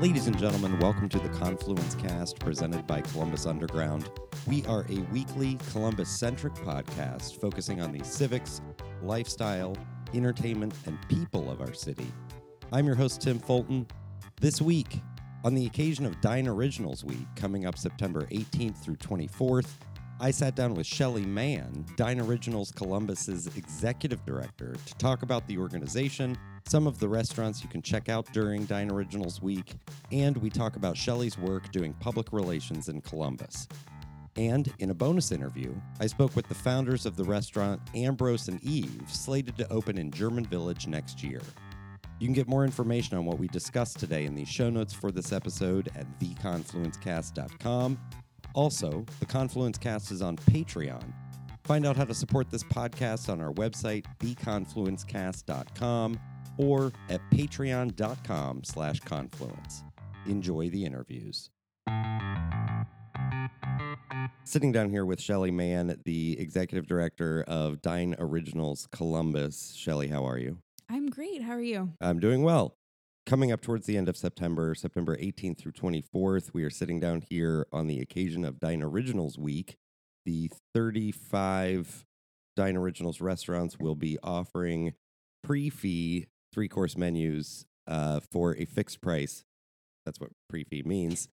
Ladies and gentlemen, welcome to the Confluence Cast presented by Columbus Underground. We are a weekly Columbus centric podcast focusing on the civics, lifestyle, entertainment, and people of our city. I'm your host, Tim Fulton. This week, on the occasion of Dine Originals Week coming up September 18th through 24th, I sat down with Shelly Mann, Dine Originals Columbus's executive director, to talk about the organization, some of the restaurants you can check out during Dine Originals Week, and we talk about Shelly's work doing public relations in Columbus. And in a bonus interview, I spoke with the founders of the restaurant Ambrose and Eve, slated to open in German Village next year. You can get more information on what we discussed today in the show notes for this episode at theconfluencecast.com. Also, the Confluence Cast is on Patreon. Find out how to support this podcast on our website, theconfluencecast.com, or at patreon.com slash confluence. Enjoy the interviews. Sitting down here with Shelly Mann, the executive director of Dine Originals Columbus. Shelly, how are you? I'm great. How are you? I'm doing well. Coming up towards the end of September, September 18th through 24th, we are sitting down here on the occasion of Dine Originals Week. The 35 Dine Originals restaurants will be offering pre fee three course menus uh, for a fixed price. That's what pre fee means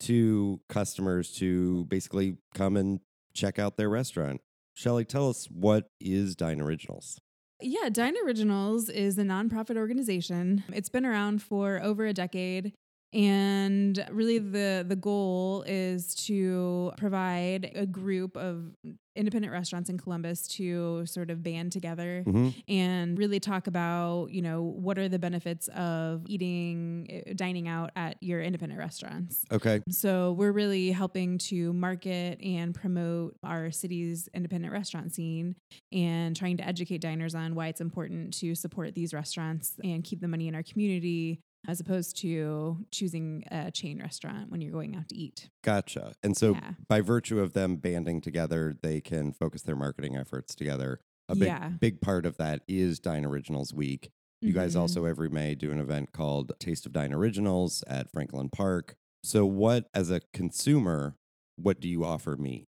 to customers to basically come and check out their restaurant. Shelly, tell us what is Dine Originals? yeah, Dine Originals is a nonprofit organization. It's been around for over a decade. And really, the, the goal is to provide a group of independent restaurants in Columbus to sort of band together Mm-hmm. and really talk about, you know, what are the benefits of eating, dining out at your independent restaurants. Okay. So we're really helping to market and promote our city's independent restaurant scene and trying to educate diners on why it's important to support these restaurants and keep the money in our community as opposed to choosing a chain restaurant when you're going out to eat. Gotcha. And so, yeah. by virtue of them banding together, they can focus their marketing efforts together. A big, Yeah. big part of that is Dine Originals Week. You guys Mhm. also every May do an event called Taste of Dine Originals at Franklin Park. So, what as a consumer, what do you offer me?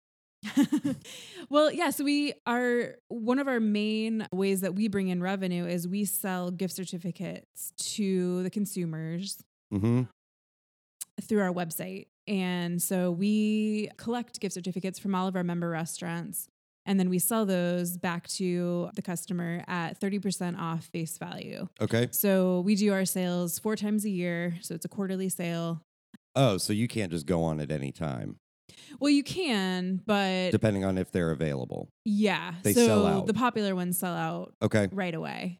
well, yeah, so we are one of our main ways that we bring in revenue is we sell gift certificates to the consumers Mm-hmm. through our website. And so we collect gift certificates from all of our member restaurants and then we sell those back to the customer at 30% off face value. Okay. So we do our sales four times a year. So it's a quarterly sale. Oh, so you can't just go on at any time, Well, you can, but depending on if they're available. yeah. They so sell out. the popular ones sell out Okay. right away.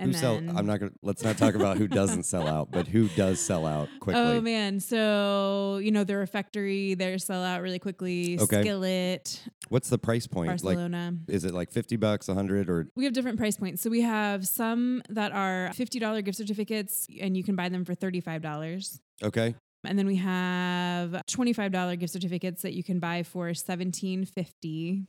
who sell? I'm not gonna. Let's not talk about who doesn't sell out, but who does sell out quickly. Oh man. So, you know, the refectory, they sell out really quickly. Okay. Skillet, What's the price point? Like, Barcelona. is it like 50 bucks 100 or We have different price points. So we have some that are $50 gift certificates and you can buy them for $35. okay And then we have $25 gift certificates that you can buy for $17.50.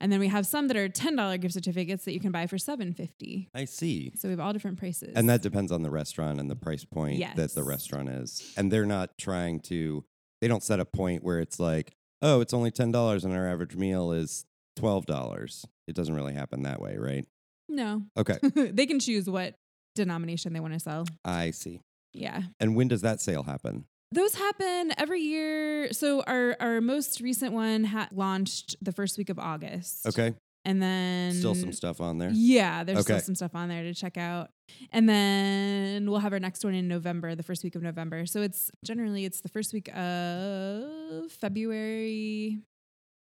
And then we have some that are $10 gift certificates that you can buy for $7.50. i see So we have all different prices. and that depends on the restaurant and the price point that the Yes. restaurant is and they're not trying to they don't set a point where it's like oh it's only $10 and our average meal is $12 it doesn't really happen that way right No. okay they can choose what denomination they want to sell. i see Yeah. and when does that sale happen Those happen every year. So our our most recent one ha- launched the first week of August. okay And then still some stuff on there Yeah, there's still Okay. some stuff on there to check out. And then we'll have our next one in November, the first week of November. So it's generally it's the first week of February,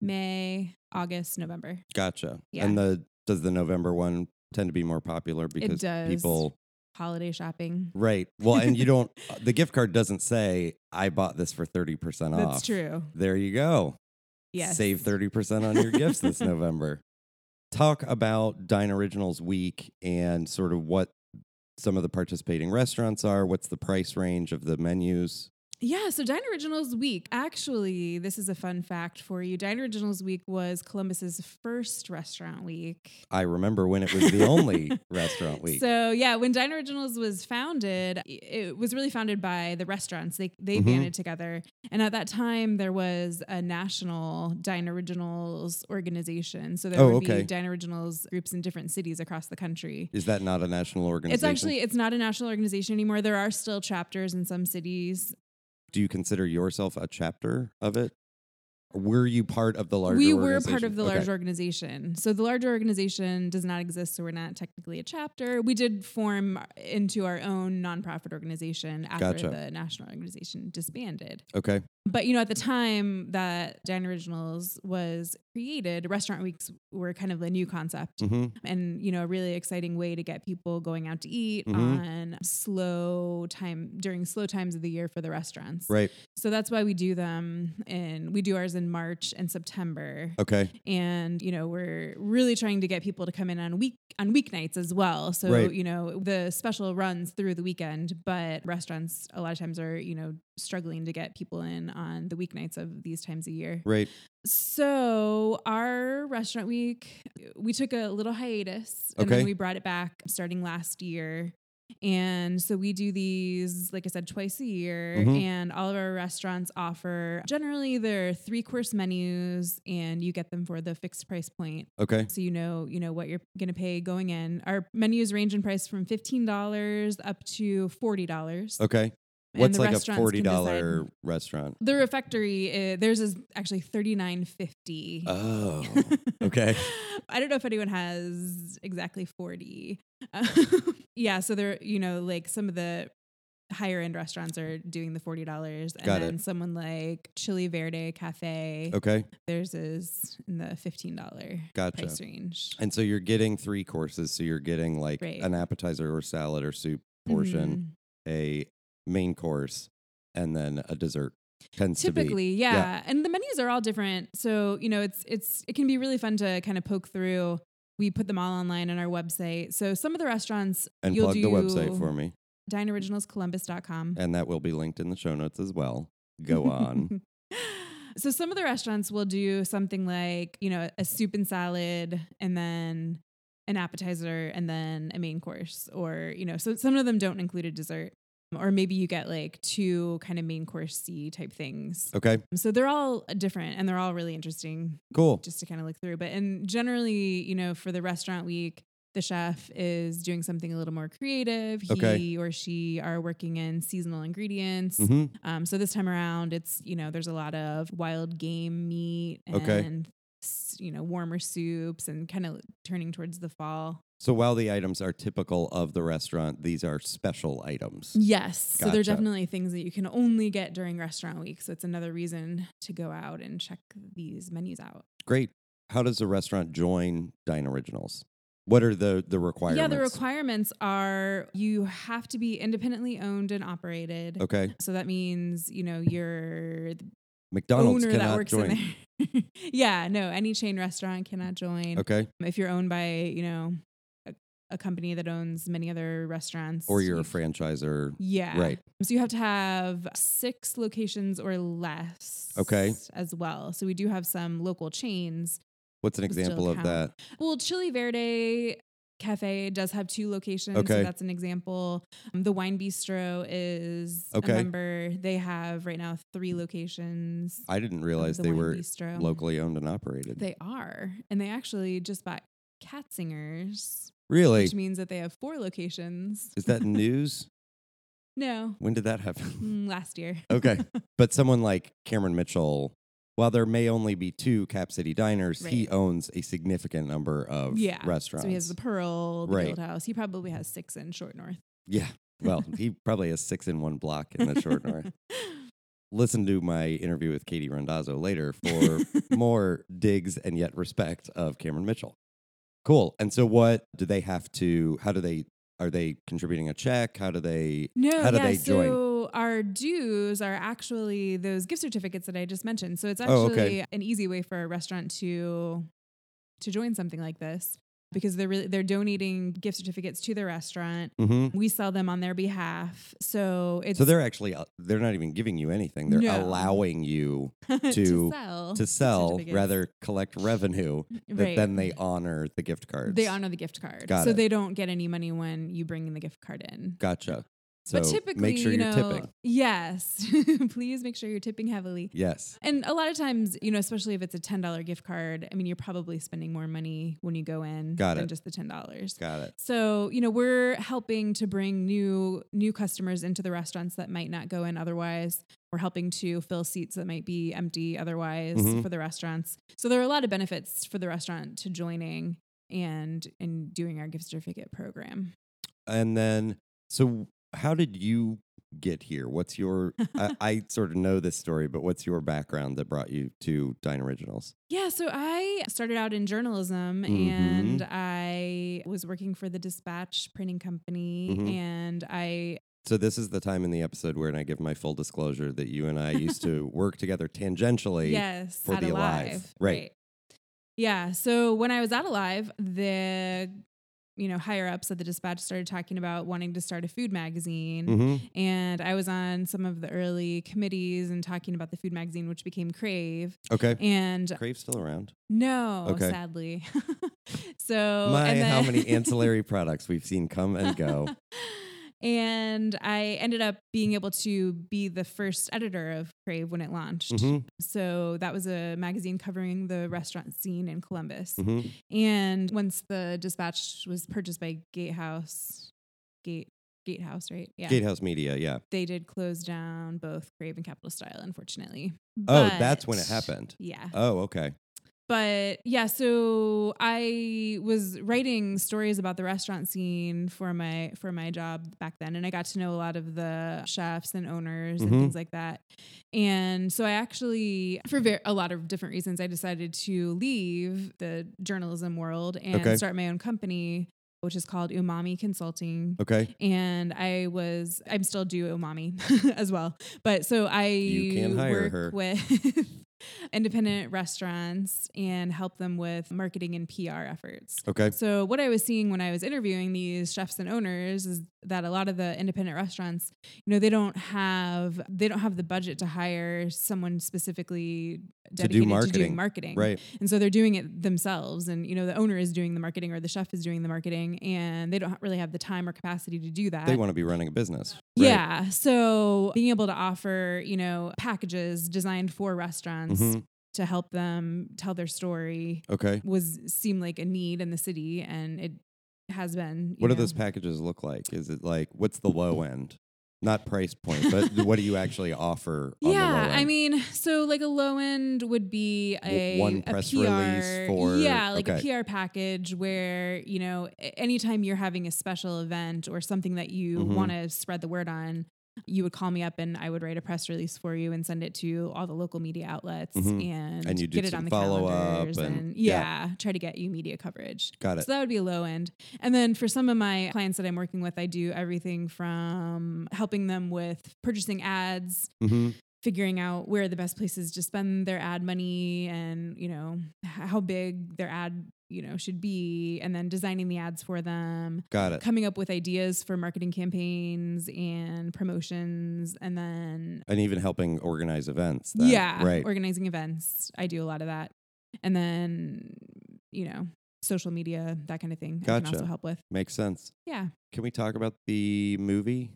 May, August, November. gotcha Yeah. and the does the november one tend to be more popular because does. people Holiday shopping. right well and you don't uh, the gift card doesn't say i bought this for 30% off That's true. there you go Yes. Save 30% on your gifts this November. Talk about Dine Originals Week and sort of what some of the participating restaurants are. What's the price range of the menus? Yeah, so Dine Originals Week. Actually, this is a fun fact for you. Dine Originals Week was Columbus's first restaurant week. I remember when it was the only restaurant week. So yeah, when Dine Originals was founded, i- it was really founded by the restaurants. They they Mhm. banded together, and at that time there was a national Dine Originals organization. So there Oh, would okay. be Dine Originals groups in different cities across the country. Is that not a national organization? It's actually it's not a national organization anymore. There are still chapters in some cities. Do you consider yourself a chapter of it? Were you part of the larger? we were part of organization? the Okay. large organization. So the large organization does not exist, so we're not technically a chapter. We did form into our own nonprofit organization after Gotcha. the national organization disbanded. Okay. But you know, at the time that Dine Originals was created, restaurant weeks were kind of a new concept hmm and you know, a really exciting way to get people going out to eat Mhm. on slow time during slow times of the year for the restaurants. Right. So that's why we do them and we do ours in March and September Okay. and you know we're really trying to get people to come in on week on weeknights as well so Right. you know the special runs through the weekend but restaurants a lot of times are you know struggling to get people in on the weeknights of these times a year Right. so our restaurant week we took a little hiatus and Okay. then we brought it back starting last year and so we do these, like I said, twice a year. Mhm. And all of our restaurants offer generally their three course menus, and you get them for the fixed price point, Okay. so you know you know what you're going to pay going in. Our menus range in price from fifteen dollars up to forty dollars. Okay. Uh, What's like a forty dollar restaurant? The refectory, uh, theirs is actually thirty nine fifty. Oh. okay. I don't know if anyone has exactly 40. Um, yeah, so they're, you know, like some of the higher end restaurants are doing the $40. And Got then it. someone like Chili Verde Cafe, Okay. theirs is in the $15 Gotcha. price range. And so you're getting three courses. So you're getting like Right. an appetizer or salad or soup Mm-hmm. portion, a main course, and then a dessert. Tends to be Typically, yeah. yeah. And the menus are all different. So, you know, it's it's it can be really fun to kind of poke through. We put them all online on our website. So some of the restaurants and you'll plug the website do for me, dineoriginalscolumbus.com. and that will be linked in the show notes as well. Go on. so some of the restaurants will do something like, you know, a soup and salad and then an appetizer and then a main course or, you know, so some of them don't include a dessert or maybe you get like two kind of main course C type things. okay, So they're all different and they're all really interesting cool. just to kind of look through. But and generally, you know, for the restaurant week, the chef is doing something a little more creative. He Okay. or she are working in seasonal ingredients. hmm Um, so this time around, it's you know there's a lot of wild game meat and Okay. s- you know warmer soups and kind of turning towards the fall. So while the items are typical of the restaurant, these are special items. Yes, so they're Gotcha. definitely things that you can only get during restaurant week. So it's another reason to go out and check these menus out. Great. How does a restaurant join Dine Originals? What are the the requirements? Yeah, the requirements are you have to be independently owned and operated. okay. So that means, you know, your McDonald's owner cannot that works join. in there. yeah, no, any chain restaurant cannot join. Okay, If you're owned by, you know, a, a company that owns many other restaurants. or you're a you- franchisor. Yeah. Right. So you have to have six locations or less. Okay. As well. So we do have some local chains What's an Would still example of count. that? Well, Chili Verde Cafe does have two locations, Okay. so that's an example. Um, the Wine Bistro is Okay. a member. They have right now three locations. I didn't of realize the they Wine were Bistro. locally owned and operated. They are, and they actually just bought Catsinger's, really? which means that they have four locations. Is that news? No, when did that happen? Mm, last year. okay. But someone like Cameron Mitchell, while there may only be two Cap City diners, he Right. owns a significant number of Yeah. restaurants. So he has the Pearl, the Right. Guild House. He probably has six in Short North. yeah. Well, he probably has six in one block in the short north. Listen to my interview with Katie Rondazzo later for more digs and yet respect of Cameron Mitchell. Cool. And so what do they have to how do they are they contributing a check? How do they No, How do yeah, they join? So our dues are actually those gift certificates that I just mentioned. So it's actually Oh, okay. an easy way for a restaurant to to join something like this. because they're really they're donating gift certificates to the restaurant. hmm We sell them on their behalf. So it's So they're actually uh, they're not even giving you anything. They're No. allowing you to- to sell to sell certificates. rather collect revenue that Right. then they honor the gift cards. They honor the gift card. Got so it. they don't get any money when you bring in the gift card in. Gotcha. So but typically, make sure you you're know, tipping. Yes. Please make sure you're tipping heavily. Yes. And a lot of times, you know, especially if it's a $10 gift card, I mean, you're probably spending more money when you go in Got than it. just the $10. Got it. So, you know, we're helping to bring new new customers into the restaurants that might not go in otherwise. We're helping to fill seats that might be empty otherwise Mhm. for the restaurants. So there are a lot of benefits for the restaurant to joining and and doing our gift certificate program. And then, so how did you get here? What's your? I, I sort of know this story, but what's your background that brought you to Dine Originals? Yeah, so I started out in journalism Mhm. and I was working for the Dispatch printing company Mhm. and I So this is the time in the episode where I give my full disclosure that you and I used to work together tangentially. yes, for at the Alive. Right. Yeah, so when I was at Alive, the you know, higher ups at the Dispatch started talking about wanting to start a food magazine hmm and I was on some of the early committees and talking about the food magazine which became Crave Okay. and Crave's still around. no, Okay. sadly. so my, Oh, and how then- many ancillary products we've seen come and go. and I ended up being able to be the first editor of Crave when it launched. Mhm, So that was a magazine covering the restaurant scene in Columbus. mhm. And once the dispatch was purchased by Gatehouse, Gate Gatehouse, right? Yeah. Gatehouse Media, yeah. They did close down both Crave and Capital Style, unfortunately. Oh, that's But- when it happened. Yeah. Oh, okay. But yeah, so I was writing stories about the restaurant scene for my for my job back then, and I got to know a lot of the chefs and owners Mhm. and things like that. And so I actually, for ver- a lot of different reasons, I decided to leave the journalism world and Okay. start my own company, which is called Umami Consulting. Okay. And I was, I'm still do umami as well. But so I You can hire work her. with independent restaurants and help them with marketing and PR efforts. Okay. So what I was seeing when I was interviewing these chefs and owners is that a lot of the independent restaurants, you know, they don't have they don't have the budget to hire someone specifically To dedicated do to, marketing. doing marketing. Right. And so they're doing it themselves. And, you know, the owner is doing the marketing or the chef is doing the marketing and they don't really have the time or capacity to do that. They want to be running a business. Right. yeah. So being able to offer, you know, packages designed for restaurants Mhm. to help them tell their story Okay. was seemed like a need in the city and it has been. you What do know. those packages look like? Is it like what's the low end? Not price point, but what do you actually offer on the low yeah, end? I mean, so like a low end would be a W- one a press PR, release for- yeah, like okay. a PR package where you know a- anytime you're having a special event or something that you Mhm. want to spread the word on, you would call me up and I would write a press release for you and send it to all the local media outlets Mhm. and And you do get it some on the follow-up calendars and- and, yeah. yeah, try to get you media coverage. Got it. So that would be a low end. And then for some of my clients that I'm working with, I do everything from helping them with purchasing ads Mhm. figuring out where the best places to spend their ad money and you know h- how big their ad you know should be and then designing the ads for them Got it. coming up with ideas for marketing campaigns and promotions and then And even helping organize events. then, yeah Right. organizing events i do a lot of that and then you know social media that kind of thing i can Gotcha. also help with Makes sense. yeah Can we talk about the movie?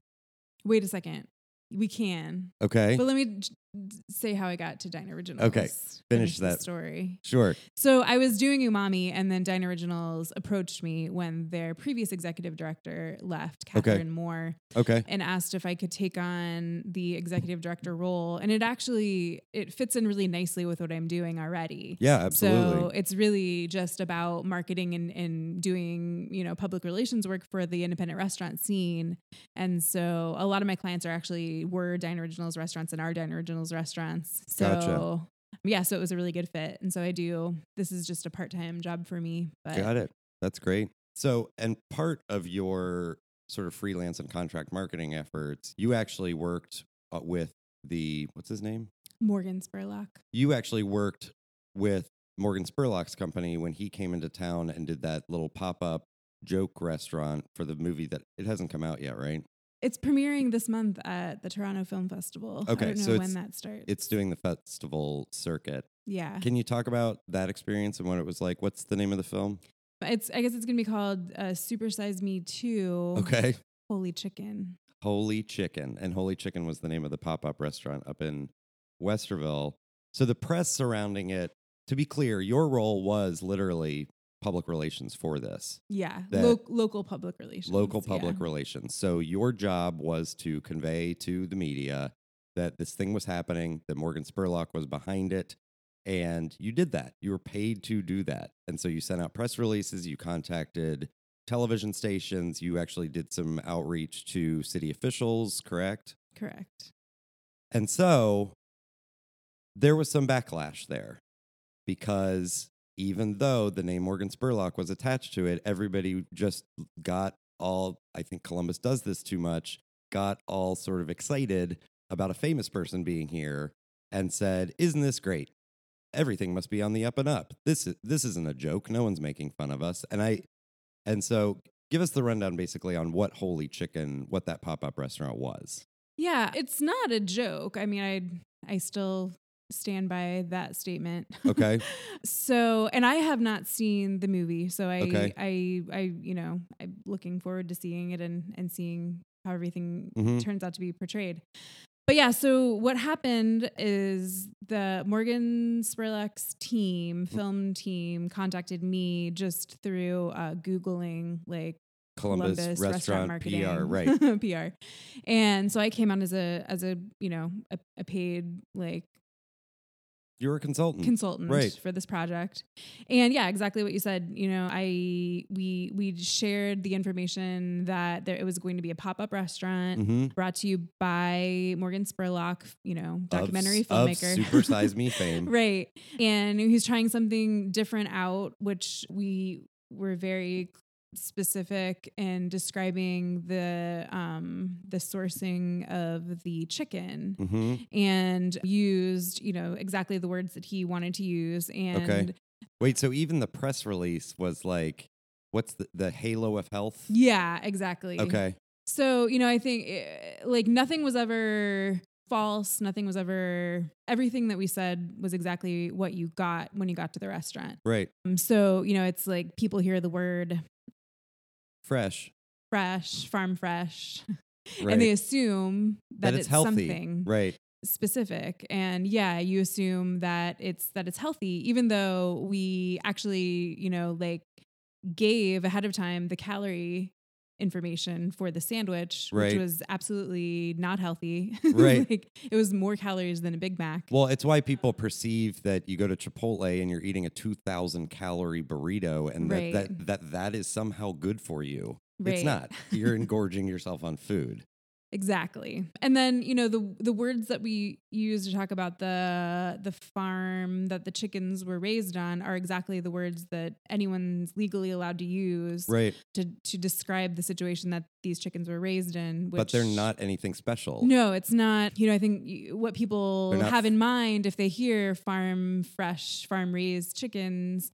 wait a second we can Okay. but let me j- d- say how i got to dine originals Finish the that. story Sure. So I was doing Umami, and then Dine Originals approached me when their previous executive director left, Okay. Catherine Moore, Okay. and asked if I could take on the executive director role. And it actually it fits in really nicely with what I'm doing already. Yeah, absolutely. So it's really just about marketing and, and doing, you know, public relations work for the independent restaurant scene. And so a lot of my clients are actually were Dine Originals restaurants and are Dine Originals restaurants. So Gotcha. yeah, so it was a really good fit. And so I do this is just a part time job for me. But Got it. That's great. So, and part of your sort of freelance and contract marketing efforts, you actually worked uh, with the what's his name? Morgan Spurlock. You actually worked with Morgan Spurlock's company when he came into town and did that little pop up joke restaurant for the movie that it hasn't come out yet, right? It's premiering this month at the Toronto Film Festival. Okay, I don't know so it's- when that starts. It's doing the festival circuit. yeah. Can you talk about that experience and what it was like? What's the name of the film? It's I guess it's gonna be called uh, Super Size Me Two. Okay. Holy chicken. Holy Chicken. And Holy Chicken was the name of the pop up restaurant up in Westerville. So the press surrounding it, to be clear, your role was literally public relations for this, Yeah. That- Lo- local public relations. local public Yeah. relations. So your job was to convey to the media that this thing was happening, that Morgan Spurlock was behind it. And you did that. You were paid to do that. And so you sent out press releases, you contacted television stations, you actually did some outreach to city officials, correct? Correct. And so there was some backlash there because even though the name Morgan Spurlock was attached to it, everybody just got all, I think Columbus does this too much, got all sort of excited about a famous person being here and said, Isn't this great? Everything must be on the up and up. This, is, this isn't a joke. No one's making fun of us. And I, and so give us the rundown basically on what Holy Chicken, what that pop up restaurant was. Yeah, it's not a joke. I mean, I I still stand by that statement. Okay. so, and I have not seen the movie, so I Okay. I I you know I'm looking forward to seeing it and and seeing how everything Mhm. turns out to be portrayed. But yeah, so what happened is the Morgan Spurlock's team, Mm-hmm. film team, contacted me just through uh, googling like Columbus, restaurant, PR, right? PR. And so I came out as a as a you know a, a paid like You're a consultant. consultant Mm. Right. for this project. And yeah, exactly what you said. You know, I we we shared the information that there it was going to be a pop up restaurant. mm-hmm. Brought to you by Morgan Spurlock, you know, documentary of, filmmaker. Of Super Size Me fame. right. And he's trying something different out, which we were very specific in describing the um, the sourcing of the chicken hmm and used, you know, exactly the words that he wanted to use. And Wait, so even the press release was like, what's the, the halo of health? yeah, exactly. Okay. So, you know, I think eh, like nothing was ever false, nothing was ever everything that we said was exactly what you got when you got to the restaurant. Right. Um, so, you know, it's like people hear the word Fresh. fresh, farm fresh, Right. and they assume that, that it's healthy. something Right. specific. And yeah, you assume that it's that it's healthy, even though we actually, you know, like gave ahead of time the calorie information for the sandwich, Right. which was absolutely not healthy. Right. like it was more calories than a Big Mac. Well, it's why people perceive that you go to Chipotle and you're eating a 2,000 calorie burrito and Right. that, that, that that is somehow good for you. It's Right. not. You're engorging yourself on food. Exactly. And then, you know, the the words that we use to talk about the the farm that the chickens were raised on are exactly the words that anyone's legally allowed to use Right. to to describe the situation that these chickens were raised in, which But they're not anything special. No, it's not. You know, I think y- what people They're not have in mind if they hear farm fresh, farm raised chickens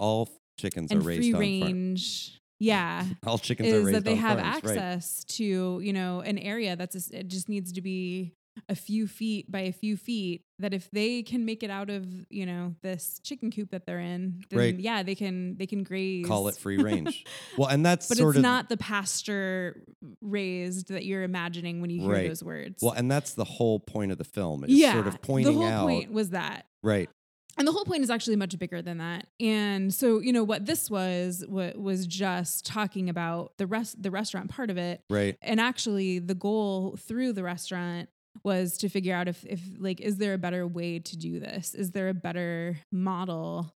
All chickens and are raised free on farm- range. Yeah All chickens are is raised that they on have farms, right. access to you know an area that's just, it just needs to be a few feet by a few feet that if they can make it out of you know this chicken coop that they're in then Right. yeah they can they can graze call it free range. well, and that's but sort it's of not the pasture raised that you're imagining when you hear Right. those words well, and that's the whole point of the film is yeah sort of pointing the whole out point was that right. and the whole point is actually much bigger than that. And so, you know, what this was what was just talking about the rest the restaurant part of it Right. and actually the goal through the restaurant was to figure out if if like is there a better way to do this is there a better model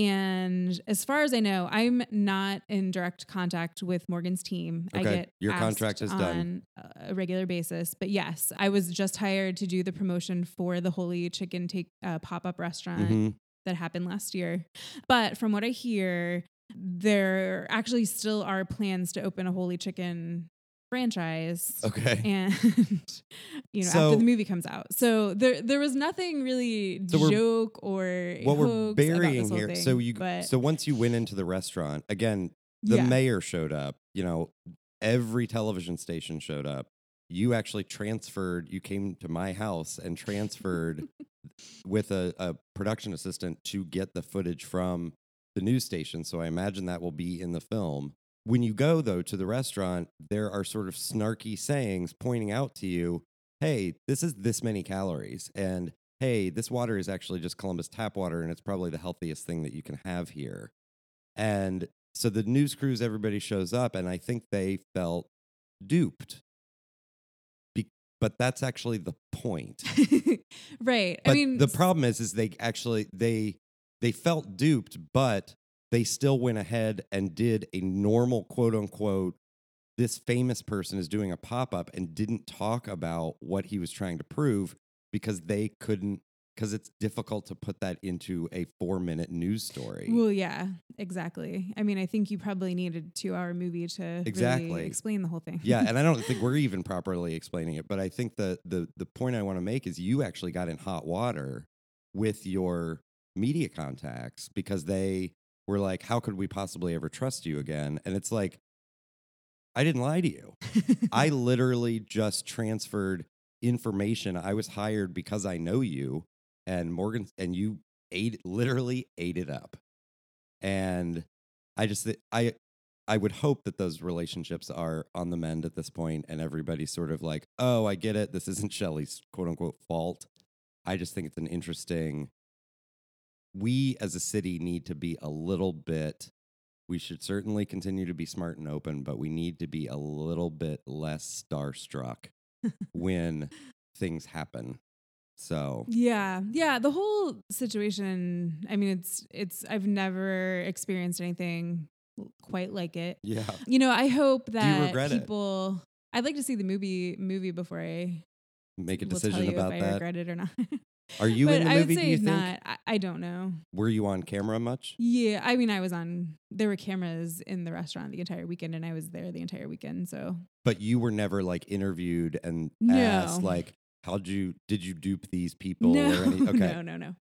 and as far as i know i'm not in direct contact with morgan's team i Okay. get Your asked contract is on done. a regular basis but yes i was just hired to do the promotion for the holy chicken take uh, pop-up restaurant hmm that happened last year. But from what I hear, there actually still are plans to open a Holy Chicken franchised. Okay. And you know, So- after the movie comes out, so there there was nothing really So we're- joke or what we're hoax about this burying whole here. thing, so you but so once you went into the restaurant again, the yeah. mayor showed up. You know, every television station showed up. You actually transferred. You came to my house and transferred with a, a production assistant to get the footage from the news station. So I imagine that will be in the film. When you go though to the restaurant, there are sort of snarky sayings pointing out to you, "Hey, this is this many calories," and "Hey, this water is actually just Columbus tap water, and it's probably the healthiest thing that you can have here." And so the news crews, everybody shows up, and I think they felt duped. Be- but that's actually the point. right. But I mean, the problem is, is they actually they they felt duped, but they still went ahead and did a normal quote unquote. This famous person is doing a pop up and didn't talk about what he was trying to prove because they couldn't because it's difficult to put that into a four minute news story. Well, yeah, exactly. I mean, I think you probably needed a two-hour movie to Exactly. really explain the whole thing. yeah, and I don't think we're even properly explaining it, but I think the the the point I want to make is you actually got in hot water with your media contacts because they were like, "How could we possibly ever trust you again?" And it's like, I didn't lie to you. I literally just transferred information. I was hired because I know you and Morgan and you ate literally ate it up. And I just thi- I I would hope that those relationships are on the mend at this point and everybody's sort of like, "Oh, I get it. This isn't Shelley's quote unquote fault." I just think it's an interesting we as a city need to be a little bit we should certainly continue to be smart and open, but we need to be a little bit less starstruck when things happen. So, Yeah. Yeah, the whole situation, I mean, it's it's I've never experienced anything quite like it. yeah. You know, I hope that regret it? people I'd like to see the movie movie before I Make a will tell decision you about if I that. regret it or not. Are you but in the I would movie? Do say you think? not. I, I don't know. Were you on camera much? Yeah, I mean, I was on. There were cameras in the restaurant the entire weekend, and I was there the entire weekend. So But you were never like interviewed and No. asked like, "How'd you? Did you dupe these people?" no, or any, okay. no, no, no,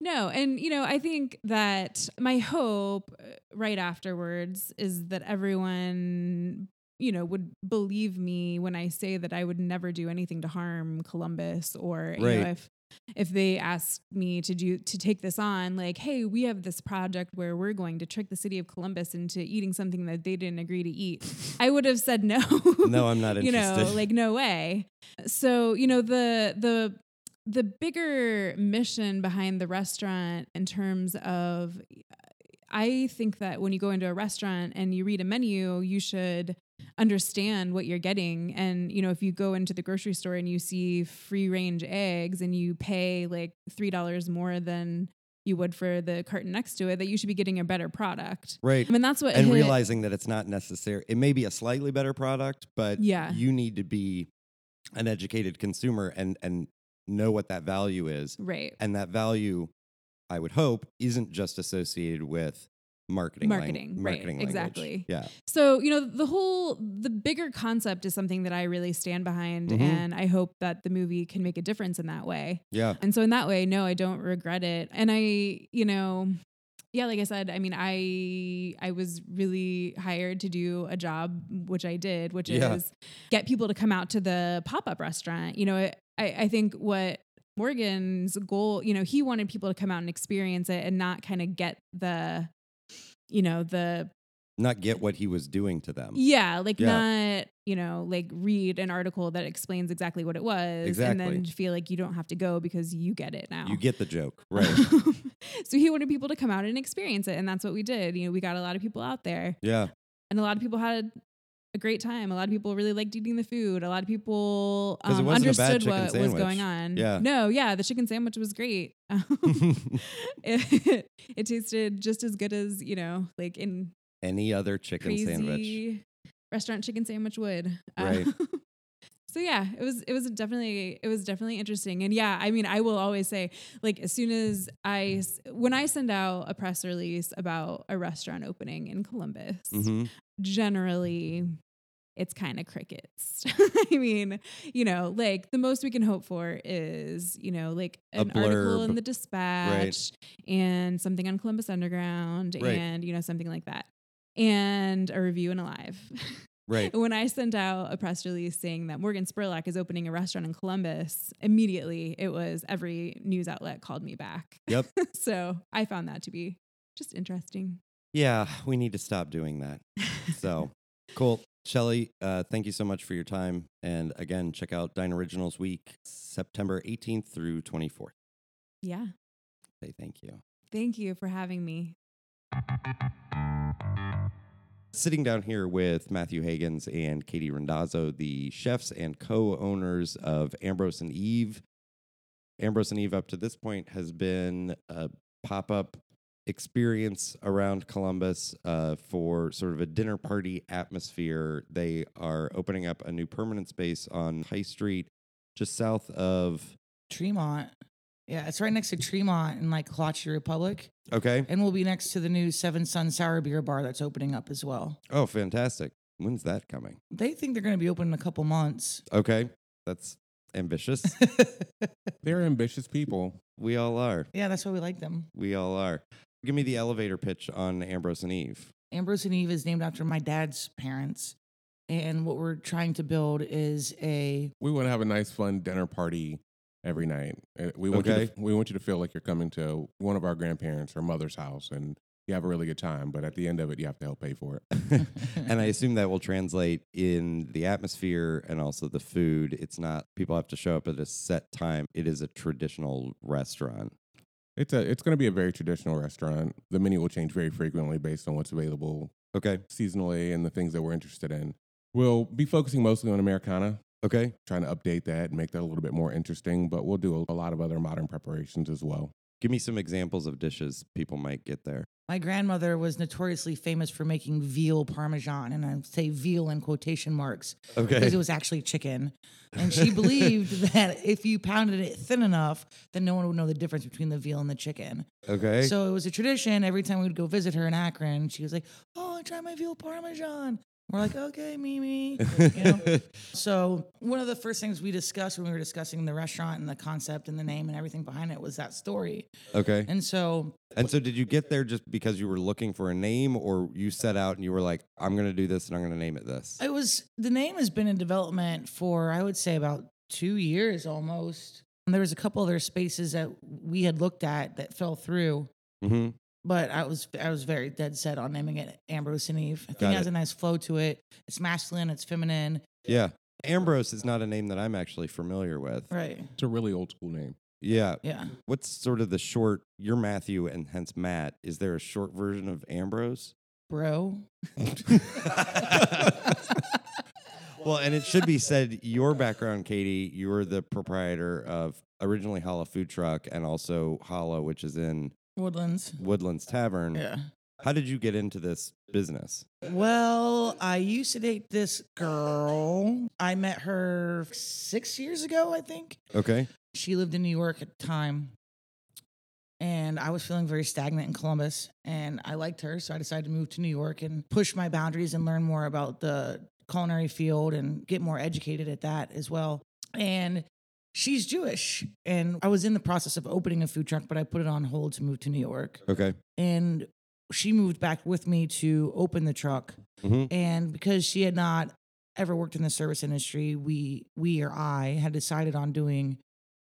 no. And you know, I think that my hope uh, right afterwards is that everyone, you know, would believe me when I say that I would never do anything to harm Columbus, or you Right. know, if if they asked me to do to take this on, like, hey, we have this project where we're going to trick the city of Columbus into eating something that they didn't agree to eat, I would have said no. No, I'm not you interested. know like no way so you know the the the bigger mission behind the restaurant in terms of i think that when you go into a restaurant and you read a menu you should understand what you're getting and you know if you go into the grocery store and you see free range eggs and you pay like three dollars more than you would for the carton next to it that you should be getting a better product right. i mean that's what and hit- realizing that it's not necessary. It may be a slightly better product, but Yeah. you need to be an educated consumer and and know what that value is. right And that value, I would hope, isn't just associated with marketing. lang- Marketing, right, marketing language. exactly. Yeah. So, you know, the whole, the bigger concept is something that I really stand behind. Mhm. And I hope that the movie can make a difference in that way. Yeah. And so, in that way, no, I don't regret it. And I, you know, yeah, like I said, I mean, I I was really hired to do a job, which I did, which Yeah. is get people to come out to the pop up restaurant. You know, I I think what Morgan's goal, you know, he wanted people to come out and experience it and not kind of get the, you know, the Not get what he was doing to them. yeah, like Um, Yeah. not, you know, like read an article that explains exactly what it was and then Exactly. feel like you don't have to go because you get it now. You get the joke. Right. so he wanted people to come out and experience it and that's what we did. You know, we got a lot of people out there yeah. and a lot of people had a great time. A lot of people really liked eating the food. A lot of people 'Cause it um, wasn't a bad understood chicken what was sandwich. going on. Yeah. No, yeah, the chicken sandwich was great. it, it tasted just as good as, you know, like in Any other chicken crazy sandwich. restaurant chicken sandwich would. uh, Right. so yeah, it was it was definitely it was definitely interesting. And yeah, I mean, I will always say like as soon as I s- when I send out a press Mm-hmm. release about a restaurant opening in Columbus, hmm generally it's kind of crickets. I mean, you know, like the most we can hope for is, you know, like A an article in blurb. the dispatch and something on Columbus Underground Right. and, you know, something like that. And a review in Alive. Right. when I sent out a press release saying that Morgan Spurlock is opening a restaurant in Columbus, immediately it was every news outlet called me back. Yep. so I found that to be just interesting. Yeah, we need to stop doing that. So cool. Shelly, uh, thank you so much for your time. And again, check out Dine Originals Week, September 18th through 24th. yeah. Say thank you. Thank you for having me. Sitting down here with Matthew Hagens and Katie Rendazzo, the chefs and co owners of Ambrose and Eve. Ambrose and Eve, up to this point, has been a pop up experience around Columbus uh, for sort of a dinner party atmosphere. They are opening up a new permanent space on High Street, just south of. Tremont. Yeah, it's right next to Tremont and like Kolache Republic. Okay. And we'll be next to the new Seven Sun Sour Beer Bar that's opening up as well. Oh, fantastic. When's that coming? They think they're going to be open in a couple months. Okay. That's ambitious. They're ambitious people. we all are. yeah, that's why we like them. We all are. Give me the elevator pitch on Ambrose and Eve. Ambrose and Eve is named after my dad's parents. And what we're trying to build is a We want to have a nice, fun dinner party every night. Uh, We want you Okay. to, we want you to feel like you're coming to one of our grandparents or mother's house, and you have a really good time. But at the end of it, you have to help pay for it. and I assume that will translate in the atmosphere and also the food. It's not people have to show up at a set time. It is a traditional restaurant. It's a it's going to be a very traditional restaurant. The menu will change very frequently based on what's available Okay. seasonally and the things that we're interested in. We'll be focusing mostly on Americana, Okay. trying to update that and make that a little bit more interesting. But we'll do a, a lot of other modern preparations as well. Give me some examples of dishes people might get there. My grandmother was notoriously famous for making veal parmesan, and I say veal in quotation marks because it Okay. was actually chicken. And she believed that if you pounded it thin enough, then no one would know the difference between the veal and the chicken. Okay. So it was a tradition. Every time we would go visit her in Akron, she was like, "Oh, I try my veal parmesan." We're like, "Okay, Mimi." you know? So one of the first things we discussed when we were discussing the restaurant and the concept and the name and everything behind it was that story. okay. And so And so did you get there just because you were looking for a name or you set out and you were like, I'm going to do this and I'm going to name it this? It was the name has been in development for I would say about two years almost. And there was a couple other spaces that we had looked at that fell through, hmm but I was I was very dead set on naming it Ambrose and Eve. I think Got it has it. a nice flow to it. It's masculine, it's feminine, Yeah. Ambrose is not a name that I'm actually familiar with. right? It's a really old school name. Yeah. Yeah, What's sort of the short? You're Matthew and hence Matt. Is there a short version of Ambrose? bro. well, and it should be said your background, Katie, you were the proprietor of originally Hala Food Truck and also Hala, which is in Woodlands. Woodlands Tavern. Yeah. How did you get into this business? Well, I used to date this girl. I met her six years ago, I think. Okay. she lived in New York at the time. And I was feeling very stagnant in Columbus. And I liked her. So I decided to move to New York and push my boundaries and learn more about the culinary field and get more educated at that as well. And she's Jewish. And I was in the process of opening a food truck, but I put it on hold to move to New York. Okay. And she moved back with me to open the truck hmm and because she had not ever worked in the service industry we we or i had decided on doing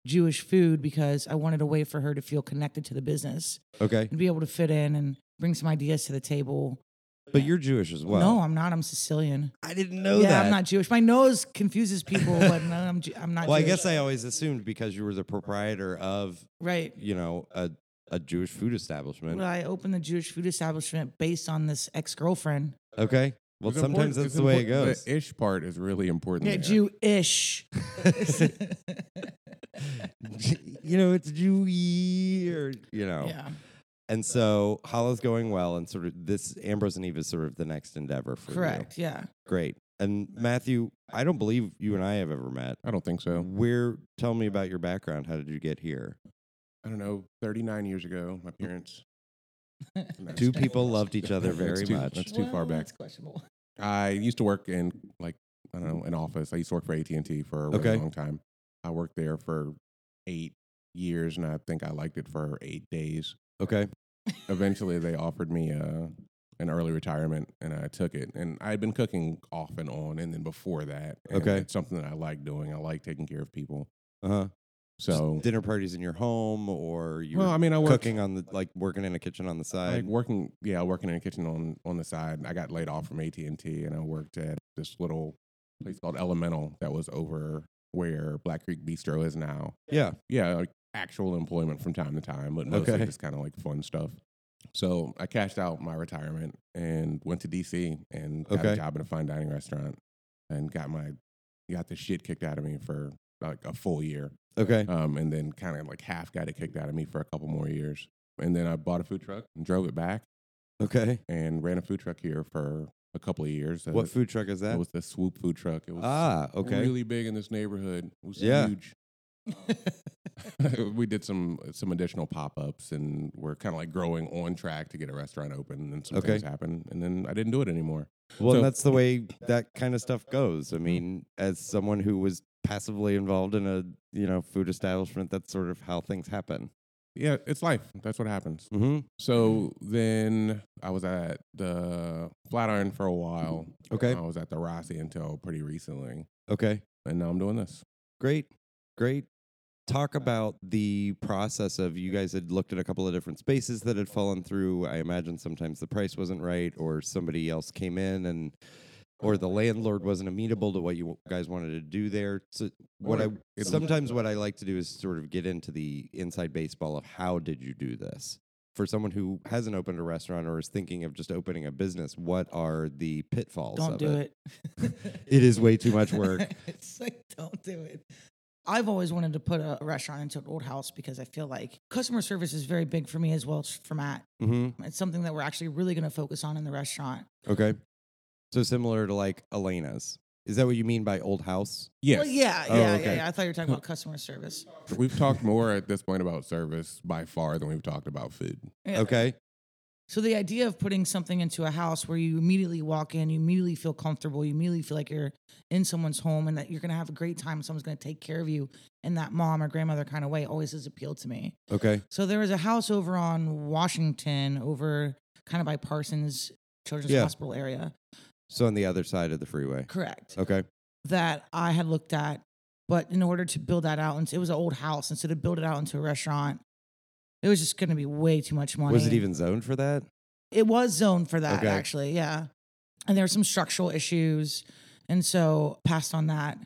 jewish food because i wanted a way for her to feel connected to the business Okay. and be able to fit in and bring some ideas to the table But you're Jewish as well. no i'm not i'm sicilian I didn't know yeah that. i'm not jewish my nose confuses people but no, i'm, Ju- I'm not well, I Jewish. guess I always assumed because you were the proprietor of, right you know, a, a Jewish food establishment. well, I opened the Jewish food establishment based on this ex girlfriend. Okay. Well, It's sometimes important- that's it's the way it important- goes. The ish part is really important. Yeah, there. Jewish. you know, it's Jewy or you know. Yeah. And so Hollow's going well, and sort of this Ambrose and Eve is sort of the next endeavor for you. Correct. Yeah. Great. And Matthew, I don't believe you and I have ever met. I don't think so. Where? Tell me about your background. How did you get here? I don't know. Thirty nine years ago, my parents. No, Two that's- people loved each other that's very too- much. That's too far Well, back. That's questionable. I used to work in like I don't know an office. I used to work for AT and T for a really Okay. long time. I worked there for eight years, and I think I liked it for eight days. Okay. Eventually, they offered me a an early retirement, and I took it. And I had been cooking off and on, and then before that, and Okay. it's something that I like doing. I like taking care of people. Uh huh. Uh-huh. So, dinner parties in your home, or you well, I were mean, I worked cooking on the like working in a kitchen on the like side. working yeah working in a kitchen on on the side i got laid off from at&t and i worked at this little place called elemental that was over where black creek bistro is now yeah. yeah like actual employment from time to time but mostly Okay. just kind of like fun stuff so i cashed out my retirement and went to dc and got Okay. a job at a fine dining restaurant and got my got the shit kicked out of me for like a full year Okay. um, and then kind of like half got it kicked out of me for a couple more years. And then I bought a food truck and drove it back Okay. and ran a food truck here for a couple of years. Uh, What food truck is It that? was the Swoop food truck. It was Ah. Okay. really big in this neighborhood. It was Yeah. huge. we did some some additional pop ups and we're kind of like growing on track to get a restaurant open. And some Okay. things happened, and then I didn't do it anymore. Well, So- that's the way that kind of stuff goes. I mean, as someone who was passively involved in a you know food establishment, that's sort of how things happen. Yeah, it's life. That's what happens. Mm-hmm. So then I was at the Flatiron for a while. Mm-hmm. Okay. I was at the Rossi until pretty recently, Okay. and now I'm doing this. Great. Great. Talk about the process of you guys had looked at a couple of different spaces that had fallen through. I imagine sometimes the price wasn't right, or somebody else came in and, or the landlord wasn't amenable to what you guys wanted to do there. So what I Or it- sometimes what I like to do is sort of get into the inside baseball of how did you do this for someone who hasn't opened a restaurant or is thinking of just opening a business. What are the pitfalls? don't of do it. It is way too much work. it's like, don't do it. I've always wanted to put a restaurant into an old house because I feel like customer service is very big for me as well as for Matt. hmm It's something that we're actually really going to focus on in the restaurant. Okay. So similar to like Elena's. Is that what you mean by old house? Yes. Well, yeah, Oh, yeah, okay. yeah, yeah. I thought you were talking about customer service. We've talked more at this point about service by far than we've talked about food. Yeah. Okay. So the idea of putting something into a house where you immediately walk in, you immediately feel comfortable, you immediately feel like you're in someone's home and that you're going to have a great time, someone's going to take care of you in that mom or grandmother kind of way always has appealed to me. Okay. So there was a house over on Washington, over kind of by Parsons Children's Yeah. Hospital area. So on the other side of the freeway. Correct. Okay. That I had looked at. But in order to build that out, and it was an old house, and so to build it out into a restaurant, it was just going to be way too much money. Was it even zoned for that? It was zoned for that, Okay. actually. Yeah. And there were some structural issues. And so passed on that.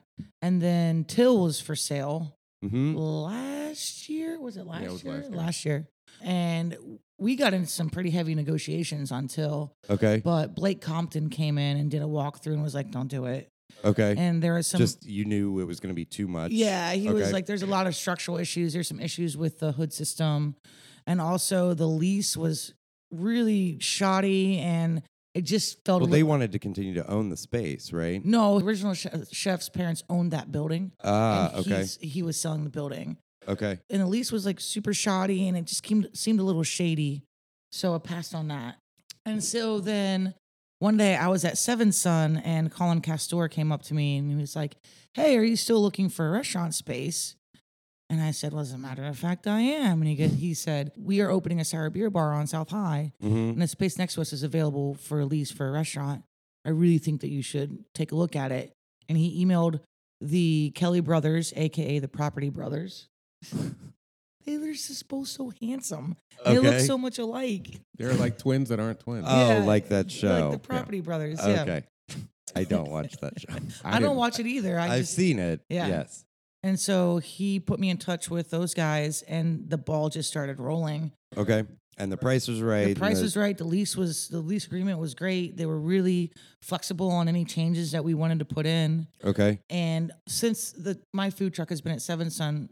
And then Till was for sale Mm-hmm. last year. Was it last it was year? last year. year. And we got into some pretty heavy negotiations on Till, Okay. but Blake Compton came in and did a walkthrough and was like, don't do it. Okay. And there was some. Just you knew it was going to be too much. yeah, he Okay. was like, there's a lot of structural issues. There's some issues with the hood system. And also, the lease was really shoddy and it just felt. Well, a they little- wanted to continue to own the space, right? no, original chef, chef's parents owned that building. Ah. and Okay. he's- He was selling the building. Okay. and the lease was like super shoddy and it just came, seemed a little shady. So I passed on that. And so then one day I was at Seven Sun and Colin Castor came up to me and he was like, Hey, are you still looking for a restaurant space? And I said, Well, as a matter of fact, I am. And he, get, he said, We are opening a sour beer bar on South High Mm-hmm. and the space next to us is available for a lease for a restaurant. I really think that you should take a look at it. And he emailed the Kelly brothers, aka the Property Brothers. they were just both so handsome. They look Okay. so much alike. They're like twins that aren't twins. Oh, Yeah, like that Like show. the Property Brothers. Yeah. Okay. I don't watch that show. I, didn't- don't watch it either. I I've just seen it. Yeah. Yes. and so he put me in touch with those guys and the ball just started rolling. Okay. And the price was right. The and price the- was right. The lease was the lease agreement was great. They were really flexible on any changes that we wanted to put in. Okay. And since the my food truck has been at Seven Sun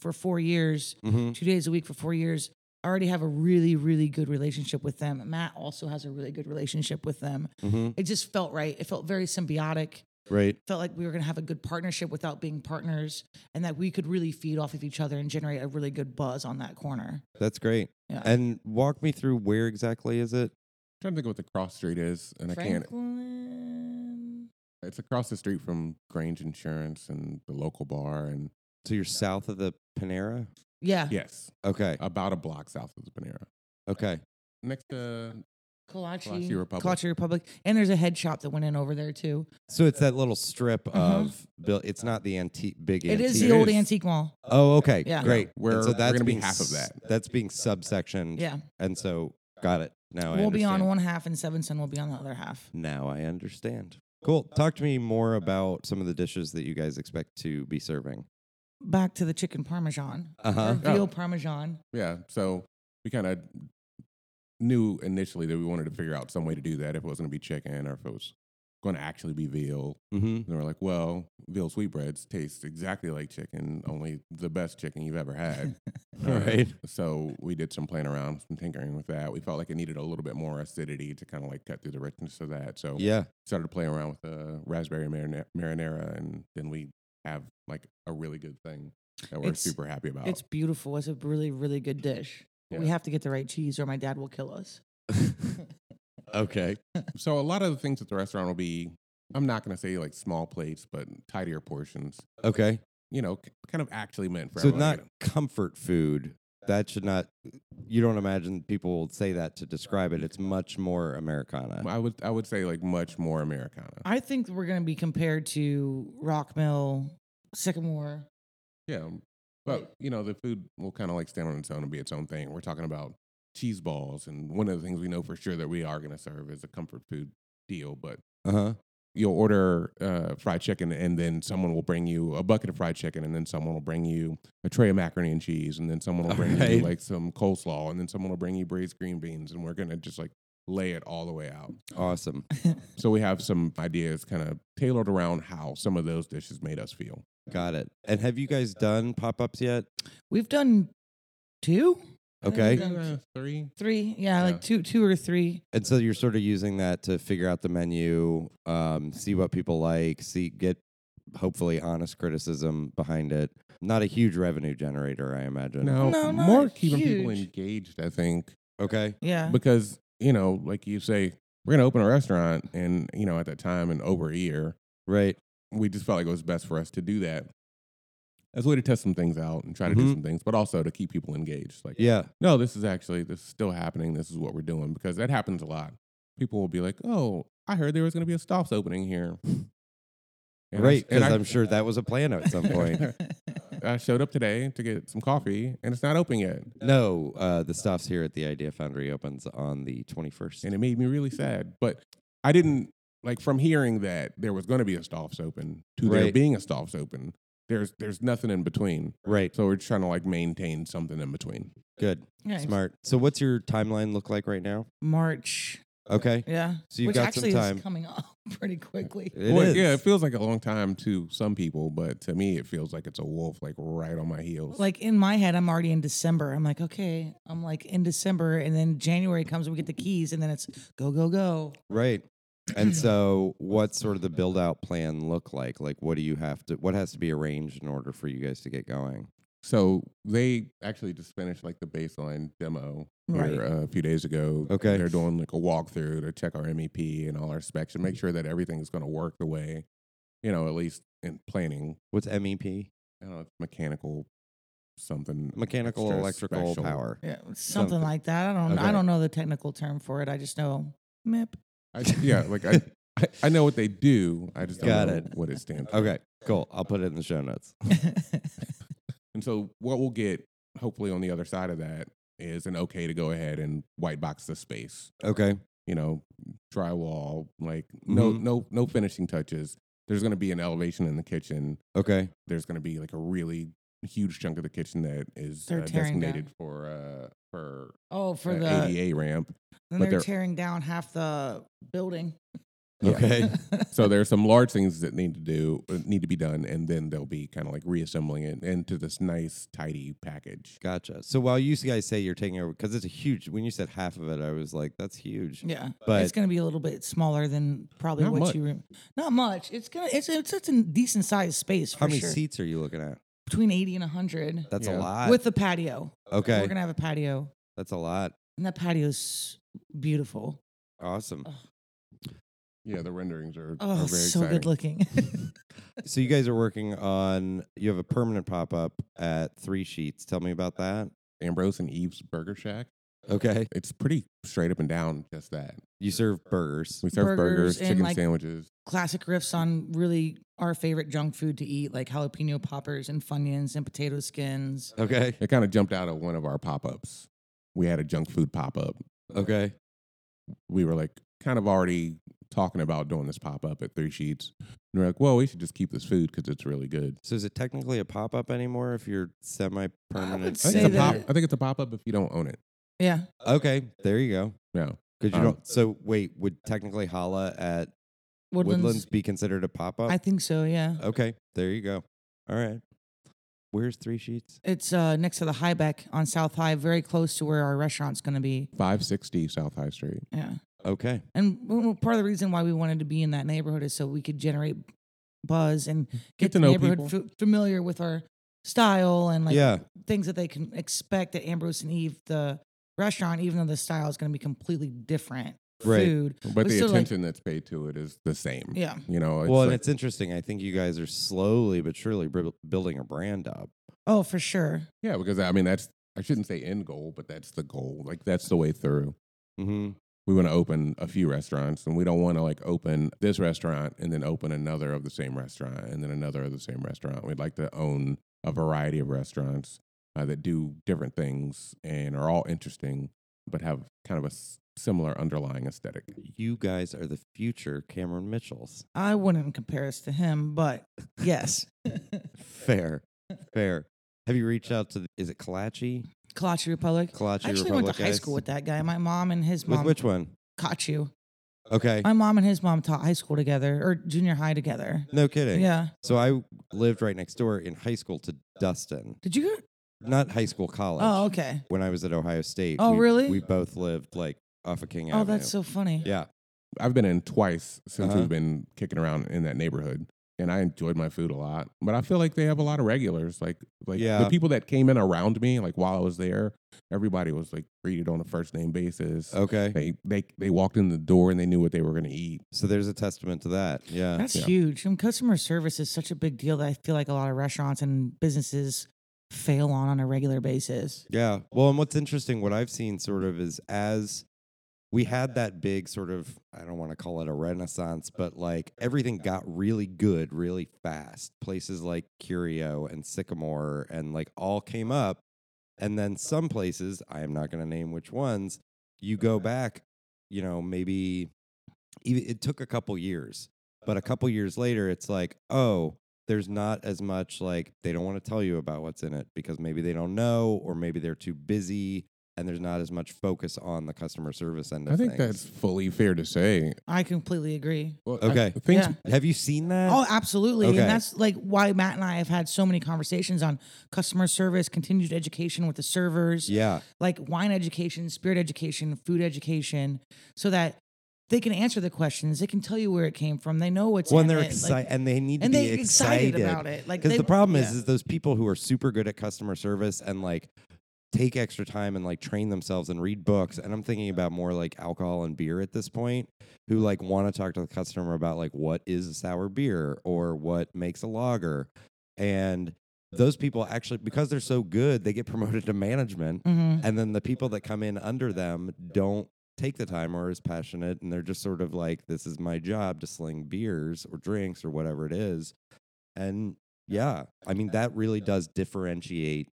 for four years, Mm-hmm. two days a week for four years, I already have a really, really good relationship with them. Matt also has a really good relationship with them. Mm-hmm. It just felt right. It felt very symbiotic. Right. Felt like we were gonna have a good partnership without being partners and that we could really feed off of each other and generate a really good buzz on that corner. That's great. Yeah. And walk me through where exactly is it? I'm trying to think of what the cross street is, and I can't. Franklin. It's across the street from Grange Insurance and the local bar. And So you're south of the Panera? Yeah. yes, Okay. about a block south of the Panera, Okay. next to Kalachi. Kalachi Republic. Kalachi Republic. And there's a head shop that went in over there too. So it's that little strip Uh-huh. of Bill. It's not the antique big. It is antique. the old is. antique mall. Oh, okay. Yeah. Great. Yeah, we're- And we're gonna be being half s- of that. That's being subsectioned. Yeah. And so got it. Now I we'll be on understand. one half and Seven Sun will be on the other half. Now I understand. Cool. Talk to me more about some of the dishes that you guys expect to be serving. Back to the chicken parmesan. Uh huh. Or veal Oh. parmesan. Yeah. So we kind of knew initially that we wanted to figure out some way to do that if it was going to be chicken or if it was going to actually be veal. Mm-hmm. And they were like, well, veal sweetbreads taste exactly like chicken, only the best chicken you've ever had. All right. So we did some playing around, some tinkering with that. We felt like it needed a little bit more acidity to kind of like cut through the richness of that. So Yeah. started to play around with the raspberry marina- marinara, and then we have like a really good thing that we're It's- super happy Oh. about. It's beautiful. It's a really, really good dish. But We Yeah. have to get the right cheese or my dad will kill us. okay. so a lot of the things at the restaurant will be, I'm not going to say like small plates, but tidier portions. Okay. You know, k- kind of actually meant for So everyone to not get comfort food. That should not. You don't imagine people will say that to describe it. It's much more Americana. it. I would I would say like much more Americana. I think we're going to be compared to Rock Mill, Sycamore. Yeah. um, But, you know, the food will kind of like stand on its own and be its own thing. We're talking about cheese balls. And one of the things we know for sure that we are going to serve is a comfort food deal. But Uh huh. you'll order uh, fried chicken and then someone will bring you a bucket of fried chicken and then someone will bring you a tray of macaroni and cheese and then someone will bring Alright. you like some coleslaw and then someone will bring you braised green beans. And we're going to just like lay it all the way out. Awesome. So we have some ideas kind of tailored around how some of those dishes made us feel. Got it. And have you guys done pop ups yet? We've done two, Okay. done- Uh, Three. three. Yeah, Yeah. like two, two or three. And so you're sort of using that to figure out the menu, um, see what people like, see get hopefully honest criticism behind it. Not a huge revenue generator, I imagine. No, No, not more keeping people huge. engaged, I think, Okay. Yeah. because you know, like you say, we're gonna open a restaurant, and you know, at that time in over a year, Right. we just felt like it was best for us to do that as a way to test some things out and try to do Mhm. some things, but also to keep people engaged. Like, Yeah. no, this is actually this is still happening. This is what we're doing because that happens a lot. People will be like, "Oh, I heard there was gonna be a stops opening here." And I- right. and Because I- I'm sure that was a plan at some point. I showed up today to get some coffee, and it's not open yet. no, uh, the stuff's here at the Idea Foundry opens on the 21st. and it made me really sad. But I didn't like from hearing that there was going to be a Stoffs Open to there Right. being a Stoffs Open. There's there's nothing in between, right. so we're trying to like maintain something in between. Good. Yeah, Smart. So what's your timeline look like right now? March. Okay. Yeah. So you've Which got some actually time. is coming up pretty quickly. It Well, is. Yeah, it feels like a long time to some people, but to me, it feels like it's a wolf like right on my heels. Like in my head, I'm already in December. I'm like, okay, I'm like in December, and then January comes and we get the keys, and then it's go, go, go. Right. And so, what's sort of the build out plan look like? Like, what do you have to, what has to be arranged in order for you guys to get going? so they actually just finished like the baseline demo here, Right. uh, a few days ago. Okay. they're doing like a walkthrough to check our MEP and all our specs and make Mm. sure that everything is going to work the way, you know, at least in planning What's E MEP? I don't know, it's mechanical something. Mechanical extra electrical special. power. Yeah, something, Something. like that. I don't. Okay. I don't know the technical term for it. I just know MIP. I, yeah, like I, I, I know what they do. I just don't Got know it. what it stands for. Okay, cool. I'll put it in the show notes. And so what we'll get, hopefully on the other side of that, is an okay to go ahead and white box the space. Okay. You know, drywall, like no, Mhm. no, no finishing touches. There's going to be an elevation in the kitchen. Okay. There's going to be like a really huge chunk of the kitchen that is They're uh, tearing down. designated for uh for, oh, for uh, the ADA ramp. Then But they're, they're- tearing down half the building. Yeah. Okay. so there are some large things that need to do uh, need to be done and then they'll be kind of like reassembling it into this nice tidy package Gotcha. So, while you guys say you're taking over, because it's a huge, when you said half of it, I was like, that's huge. yeah, But- it's going to be a little bit smaller than probably Not what much. you. Re- not much. It's gonna. It's it's such a decent sized space for How many sure. seats are you looking at? Between eighty and hundred That's a Yeah. lot. with the patio. okay. We're gonna have a patio, that's a lot. and that patio's beautiful. Awesome. Ugh. Yeah, the renderings are, are Oh, very so exciting. good looking. So you guys are working on. You have a permanent pop up at Three Sheets. Tell me about that. Ambrose and Eve's Burger Shack. Okay, It's pretty straight up and down, just that. you serve burgers. We serve burgers, Burgers and, chicken like- sandwiches. Classic riffs on really our favorite junk food to eat, like jalapeno poppers and funyuns and potato skins. Okay, It kind of jumped out of one of our pop ups. We had a junk food pop up. okay, We were like kind of already talking about doing this pop up at Three Sheets. And we're like, well, we should just keep this food because it's really good. So is it technically a pop up anymore if you're semi permanent? I Say think, it's a pop, that- I think it's a pop up if you don't own it. Yeah. Okay, there you go. No. Because you Um, don't. So wait, would technically Hala at Woodlands, Woodlands. be considered a pop up? I think so, yeah. okay, there you go. All right. Where's Three Sheets? It's uh, next to the Highbeck on South High, very close to where our restaurant's going to be. 560 South High Street. Yeah. Okay, And w- w- part of the reason why we wanted to be in that neighborhood is so we could generate buzz and Hmm. Get get, to the know neighborhood people. f- familiar with our style and like yeah, things that they can expect at Ambrose and Eve, the restaurant, even though the style is going to be completely different Right. food. But We the still, like- attention that's paid to it is the same. Yeah. You know, it's well, and like- it's interesting. I think you guys are slowly but surely bri- building a brand up. Oh, for sure. yeah, because I mean, that's, I shouldn't say end goal, but that's the goal. Like, that's the way through. Mm-hmm. we want to open a few restaurants and we don't want to like open this restaurant and then open another of the same restaurant and then another of the same restaurant. We'd like to own a variety of restaurants uh, that do different things and are all interesting, but have kind of a s- similar underlying aesthetic. You guys are the future Cameron Mitchells. I wouldn't compare us to him, but yes. Fair, fair. Have you reached out to? The, is it Kalachi? Kalachi Republic. Kalachi I actually Republic went to high guys? school with that guy. My mom and his With mom. which one? Kachu. Okay, My mom and his mom taught high school together or junior high together. no kidding. Yeah. So I lived right next door in high school to Dustin, Did you? not high school, college. Oh, okay. When I was at Ohio State. Oh, we- really? We both lived like off of King Oh, Avenue. that's so funny. yeah. I've been in twice since Uh-huh. we've been kicking around in that neighborhood. And I enjoyed my food a lot, but I feel like they have a lot of regulars. Like, like Yeah. the people that came in around me, like while I was there, everybody was like greeted on a first name basis. Okay. they they they walked in the door and they knew what they were going to eat. So there's a testament to that. Yeah. That's Yeah. huge. And customer service is such a big deal that I feel like a lot of restaurants and businesses fail on on a regular basis. Yeah. Well, and what's interesting, what I've seen sort of is as we had that big sort of, I don't want to call it a renaissance, but like everything got really good really fast. Places like Curio and Sycamore and like all came up. And then some places, I am not going to name which ones, you Mm-hmm. go back, you know, maybe even, it took a couple years, but Uh-huh. a couple years later, it's like, oh, there's not as much like they don't want to tell you about what's in it because maybe they don't know or maybe they're too busy and there's not as much focus on the customer service end of I think things. that's fully fair to say. I completely agree. Well, Okay. I, things Yeah. Have you seen that? Oh, absolutely. Uh, Okay. And that's like why Matt and I have had so many conversations on customer service, continued education with the servers, yeah. like wine education, spirit education, food education, so that they can answer the questions. They can tell you where it came from. They know what's When in they're it, like- excited and they need to and be they excited about it. Like Because they- the problem is, yeah. is those people who are super good at customer service and like take extra time and like train themselves and read books. And I'm thinking about more like alcohol and beer at this point, who like want to talk to the customer about like what is a sour beer or what makes a lager. And those people actually, because they're so good, they get promoted to management. Mhm. And then the people that come in under them don't take the time or are as passionate. And they're just sort of like, this is my job to sling beers or drinks or whatever it is. And yeah, I mean, that really does differentiate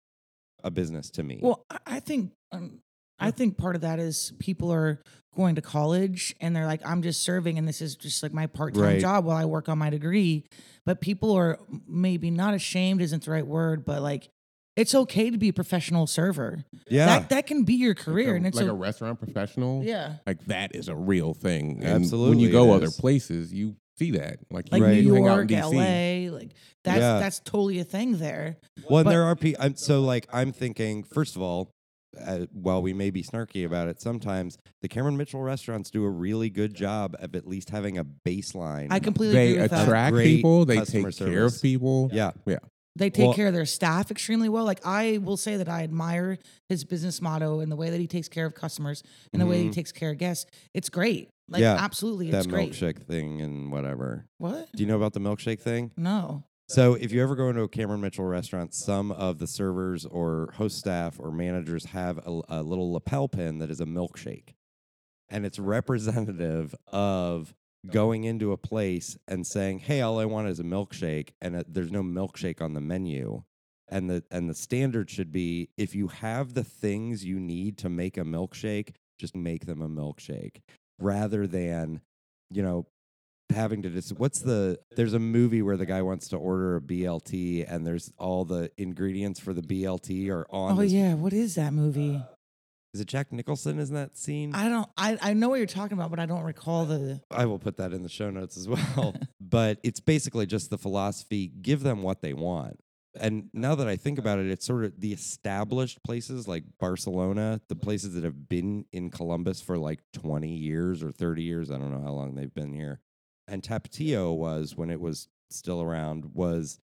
a business to me. Well, I- I think um, I think part of that is people are going to college and they're like, I'm just serving, and this is just like my part time Right. job while I work on my degree. But people are maybe not ashamed isn't the right word, but like it's okay to be a professional server. yeah. That that can be your career, like a, and it's like o- a restaurant professional. yeah. Like that is a real thing. And When Absolutely, you go it other is. places, you see that. Like, Like you, Right. you New hang out in York, DC. LA, like that's Yeah. that's totally a thing there. well, and but- there are people. I'm, so, like, I'm thinking, first of all, uh, while we may be snarky about it sometimes, the Cameron Mitchell restaurants do a really good job of at least having a baseline. I completely They agree with that. attract Great people. They customer take care service. of people. yeah. Yeah. They take Well- care of their staff extremely well. Like I will say that I admire his business motto and the way that he takes care of customers and the way he Mhm. takes care of guests. It's great. Like Yeah, absolutely, that it's great. milkshake thing and whatever. What? Do you know about the milkshake thing? No. So, if you ever go into a Cameron Mitchell restaurant, some of the servers or host staff or managers have a, a little lapel pin that is a milkshake. And it's representative of going into a place and saying, "Hey, all I want is a milkshake," and uh there's no milkshake on the menu. And the and the standard should be if you have the things you need to make a milkshake, just make them a milkshake rather than, you know, having to just what's the there's a movie where the guy wants to order a BLT and there's all the ingredients for the BLT are on Oh this- Um, yeah, what is that movie? is it Jack Nicholson isn't that scene? I don't. I I know what you're talking about, but I don't recall the. I will put that in the show notes as well. but it's basically just the philosophy give them what they want. And now that I think about it, it's sort of the established places like Barcelona, the places that have been in Columbus for like 20 years or 30 years. I don't know how long they've been here. And Tapatio was, when it was still around, was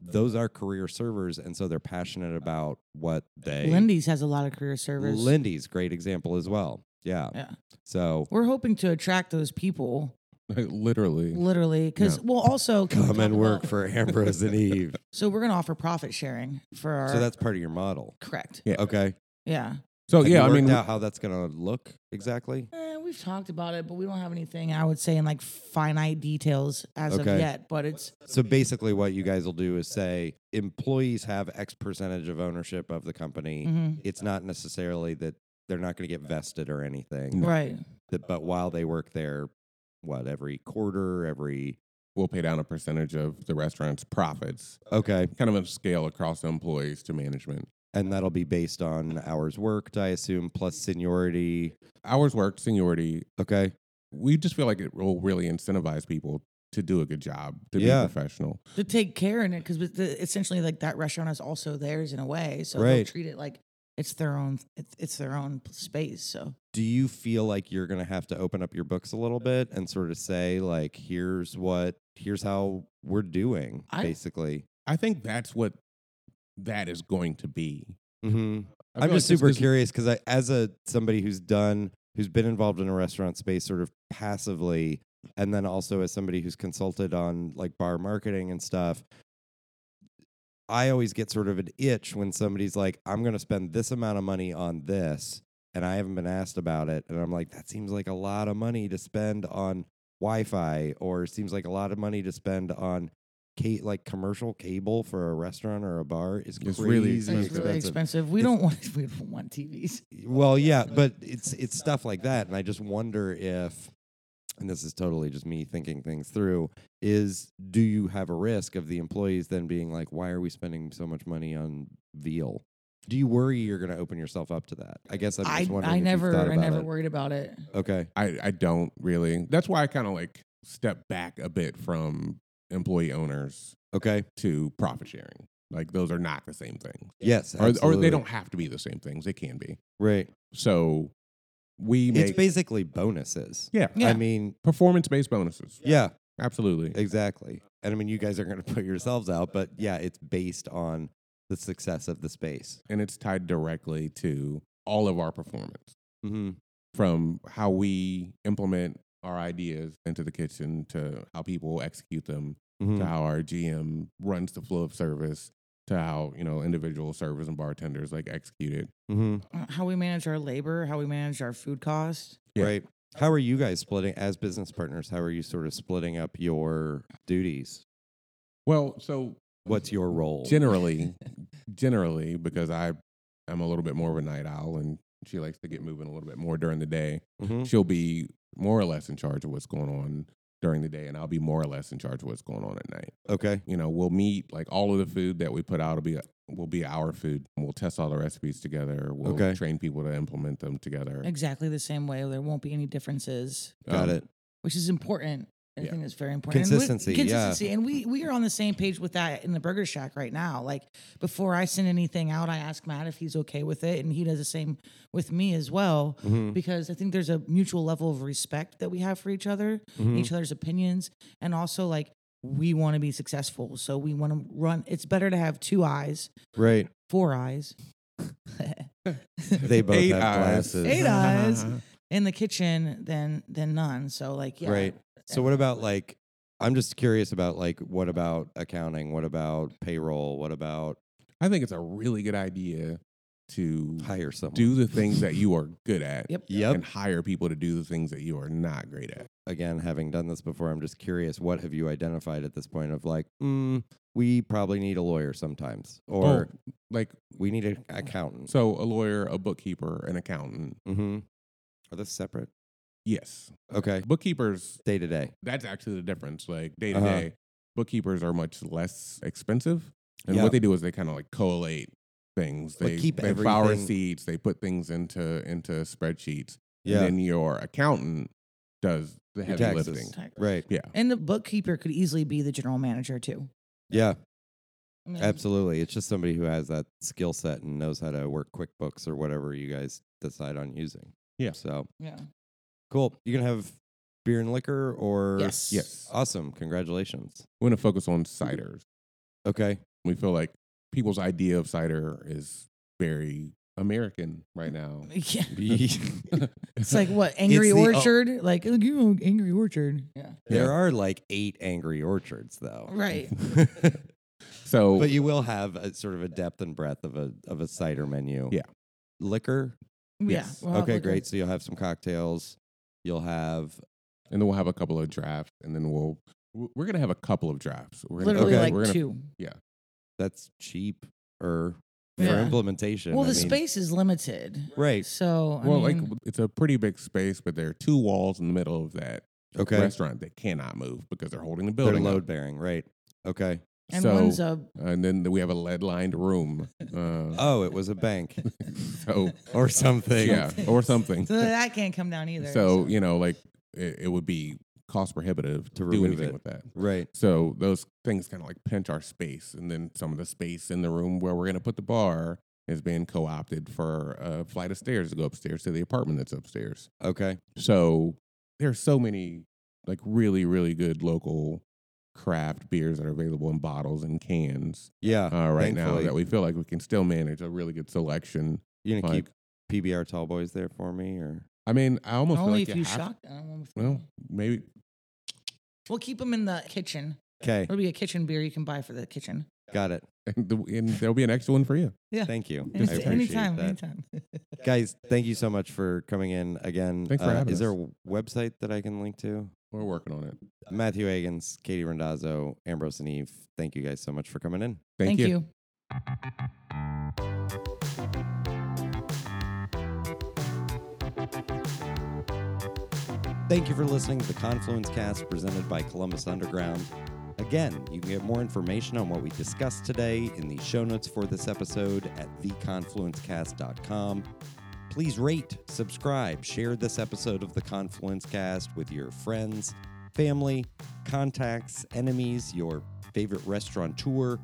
those are career servers. And so they're passionate about what they. Lindy's has a lot of career service. Lindy's great example as well. Yeah. Yeah. So We're hoping to attract those people, Like, literally. literally, because well, also 'cause we come and talk work about- for Ambrose and Eve. So we're gonna offer profit sharing for our. So that's part of your model. Oh, correct. Yeah. Okay. Yeah. So Have you yeah, I worked mean, out how that's going to look exactly. Eh, we've talked about it, but we don't have anything I would say in like finite details as Okay. of yet. But it's So basically, what you guys will do is say employees have X percentage of ownership of the company. mhm, It's not necessarily that they're not going to get vested or anything, No. right. that, but while they work there, what every quarter, every we'll pay down a percentage of the restaurant's profits, okay, kind of a scale across employees to management. and that'll be based on hours worked, I assume, plus seniority. Hours worked, seniority. Okay, We just feel like it will really incentivize people to do a good job, to Yeah. be professional. To take care in it because essentially like that restaurant is also theirs in a way, so they'll Right. treat it like it's their own. It's, it's their own space. So do you feel like you're going to have to open up your books a little bit and sort of say like here's what here's how we're doing I- basically I think that's what that is going to be. hmm i'm just I feel like this super is- curious because i as a somebody who's done who's been involved in a restaurant space sort of passively and then also as somebody who's consulted on like bar marketing and stuff i always get sort of an itch when somebody's like i'm going to spend this amount of money on this and i haven't been asked about it and i'm like that seems like a lot of money to spend on wi-fi or seems like a lot of money to spend on ca- like commercial cable for a restaurant or a bar is It's crazy really it's expensive. really expensive. We It's- don't want we don't want TVs. well, yeah, but it's it's stuff like that, and I just wonder if, and this is totally just me thinking things through, is do you have a risk of the employees then being like, why are we spending so much money on veal? Do you worry you're going to open yourself up to that? I guess I'm just I wondering. if I you've never thought I about never it. worried about it. Okay, I, I don't really. That's why I kind of like step back a bit from employee owners okay, to profit sharing. Like those are not the same things. yes, Or, or absolutely. they don't have to be the same things. They can be. Right, So we it's make basically bonuses. yeah, Yeah. I mean, performance based bonuses. yeah, Absolutely. exactly. And I mean, you guys are going to put yourselves out, but yeah, it's based on the success of the space. and it's tied directly to all of our performance hmm from how we implement our ideas into the kitchen to how people execute them Mm-hmm. Mm. to how our gm runs the flow of service to how you know individual servers and bartenders like execute it hmm Uh, How we manage our labor, how we manage our food cost. Yeah. Right. How are you guys splitting as business partners? How are you sort of splitting up your duties? well so What's your role? generally generally because i am a little bit more of a night owl and she likes to get moving a little bit more during the day Mhm. she'll be more or less in charge of what's going on during the day and i'll be more or less in charge of what's going on at night Okay. you know we'll meet like all of the food that we put out will be will be our food we'll test all the recipes together we'll Okay. train people to implement them together Exactly the same way. There won't be any differences. Got Um, it. which is important. I Yeah. think that's very important. And we- Consistency, yeah. consistency, and we we are on the same page with that in the Burger Shack right now. Like before I send anything out, I ask Matt if he's okay with it, and he does the same with me as well. Mhm. Because I think there's a mutual level of respect that we have for each other, Mhm. each other's opinions, and also like we want to be successful. So we want to run. It's better to have two eyes, Right. four eyes They both Eight have eyes. glasses. Eight eyes. in the kitchen than than none. So like yeah. Right. So what about like I'm just curious about like what about accounting? What about payroll? What about I think it's a really good idea to hire someone? do the things that you are good at Yep. Yep. and hire people to do the things that you are not great at. Again, having done this before, I'm just curious what have you identified at this point of like, mm, we probably need a lawyer sometimes or Oh, like we need an accountant. so a lawyer, a bookkeeper, an accountant. Mhm. Are those separate? Yes. Okay. Bookkeepers Day to day. that's actually the difference. Like day to Uh-huh. day, bookkeepers are much less expensive, and Yeah. what they do is they kind of like collate things. But They keep they file everything- receipts. They put things into into spreadsheets. Yeah. And then your accountant does the heavy taxes. lifting. right. Yeah. And the bookkeeper could easily be the general manager too. Yeah. I mean, Absolutely. It's just somebody who has that skill set and knows how to work QuickBooks or whatever you guys decide on using. Yeah. So Yeah. cool. You gonna have beer and liquor or Yes. Yes. Awesome. Congratulations. We're gonna focus on ciders. Okay. We feel like people's idea of cider is very American right now. Yeah. there It's like what Angry It's the- oh. Orchard, like "Oh, you know, Angry Orchard. Yeah. Yeah. are like eight angry orchards though. Right. so but you will have a sort of a depth and breadth of a of a cider menu. Yeah. Liquor. Yes. Yeah. we'll have okay, Oh, liquor. great. So you'll have some cocktails. You'll have and then we'll have a couple of drafts, and then we'll we're gonna have a couple of drafts. We're gonna, Literally Okay. like we're gonna two. that's cheap or for Yeah. implementation. Well, I the mean, space is limited. Right. So I Well, mean, like it's a pretty big space, but there are two walls in the middle of that Okay. restaurant that cannot move because they're holding the They're building. load up. bearing, right? Okay. and so, one's a and then we have a lead lined room. Uh, Oh, it was a bank so or something. yeah, or something. so that can't come down either. So you know, like it, it would be cost prohibitive to do remove anything it. with that. Right. So those things kind of like pinch our space, and then some of the space in the room where we're gonna put the bar is being co opted for a flight of stairs to go upstairs to the apartment that's upstairs. Okay. So there's so many like really really good local craft beers that are available in bottles and cans Yeah. uh, right now thankfully. that we feel like we can still manage a really good selection. you gonna Like, keep PBR tall boys there for me or I mean, I almost feel only like if you have- shock them. Well, maybe We'll keep them in the kitchen. Okay. Oh, There'll be a kitchen beer you can buy for the kitchen. Got it. and, the, and there'll be an extra one for you. Thank you. Just I appreciate anytime, that. anytime. Guys, thank you so much for coming in again. Uh, Thanks for having Is there us. a website that I can link to? We're working on it. Matthew Agans, Katie Rendazzo, Ambrose and Eve. Thank you guys so much for coming in. Thank, you. Thank you for listening to the Confluence Cast presented by Columbus Underground. Again, you can get more information on what we discussed today in the show notes for this episode at theconfluencecast.com. Please rate, subscribe, share this episode of the Confluence Cast with your friends, family, contacts, enemies, your favorite restaurateur.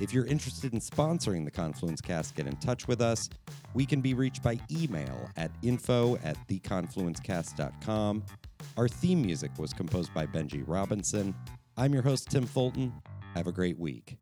If you're interested in sponsoring the Confluence Cast, get in touch with us. We can be reached by email at info at theconfluencecast.com. Our theme music was composed by Benji Robinson. I'm your host, Tim Fulton. Have a great week.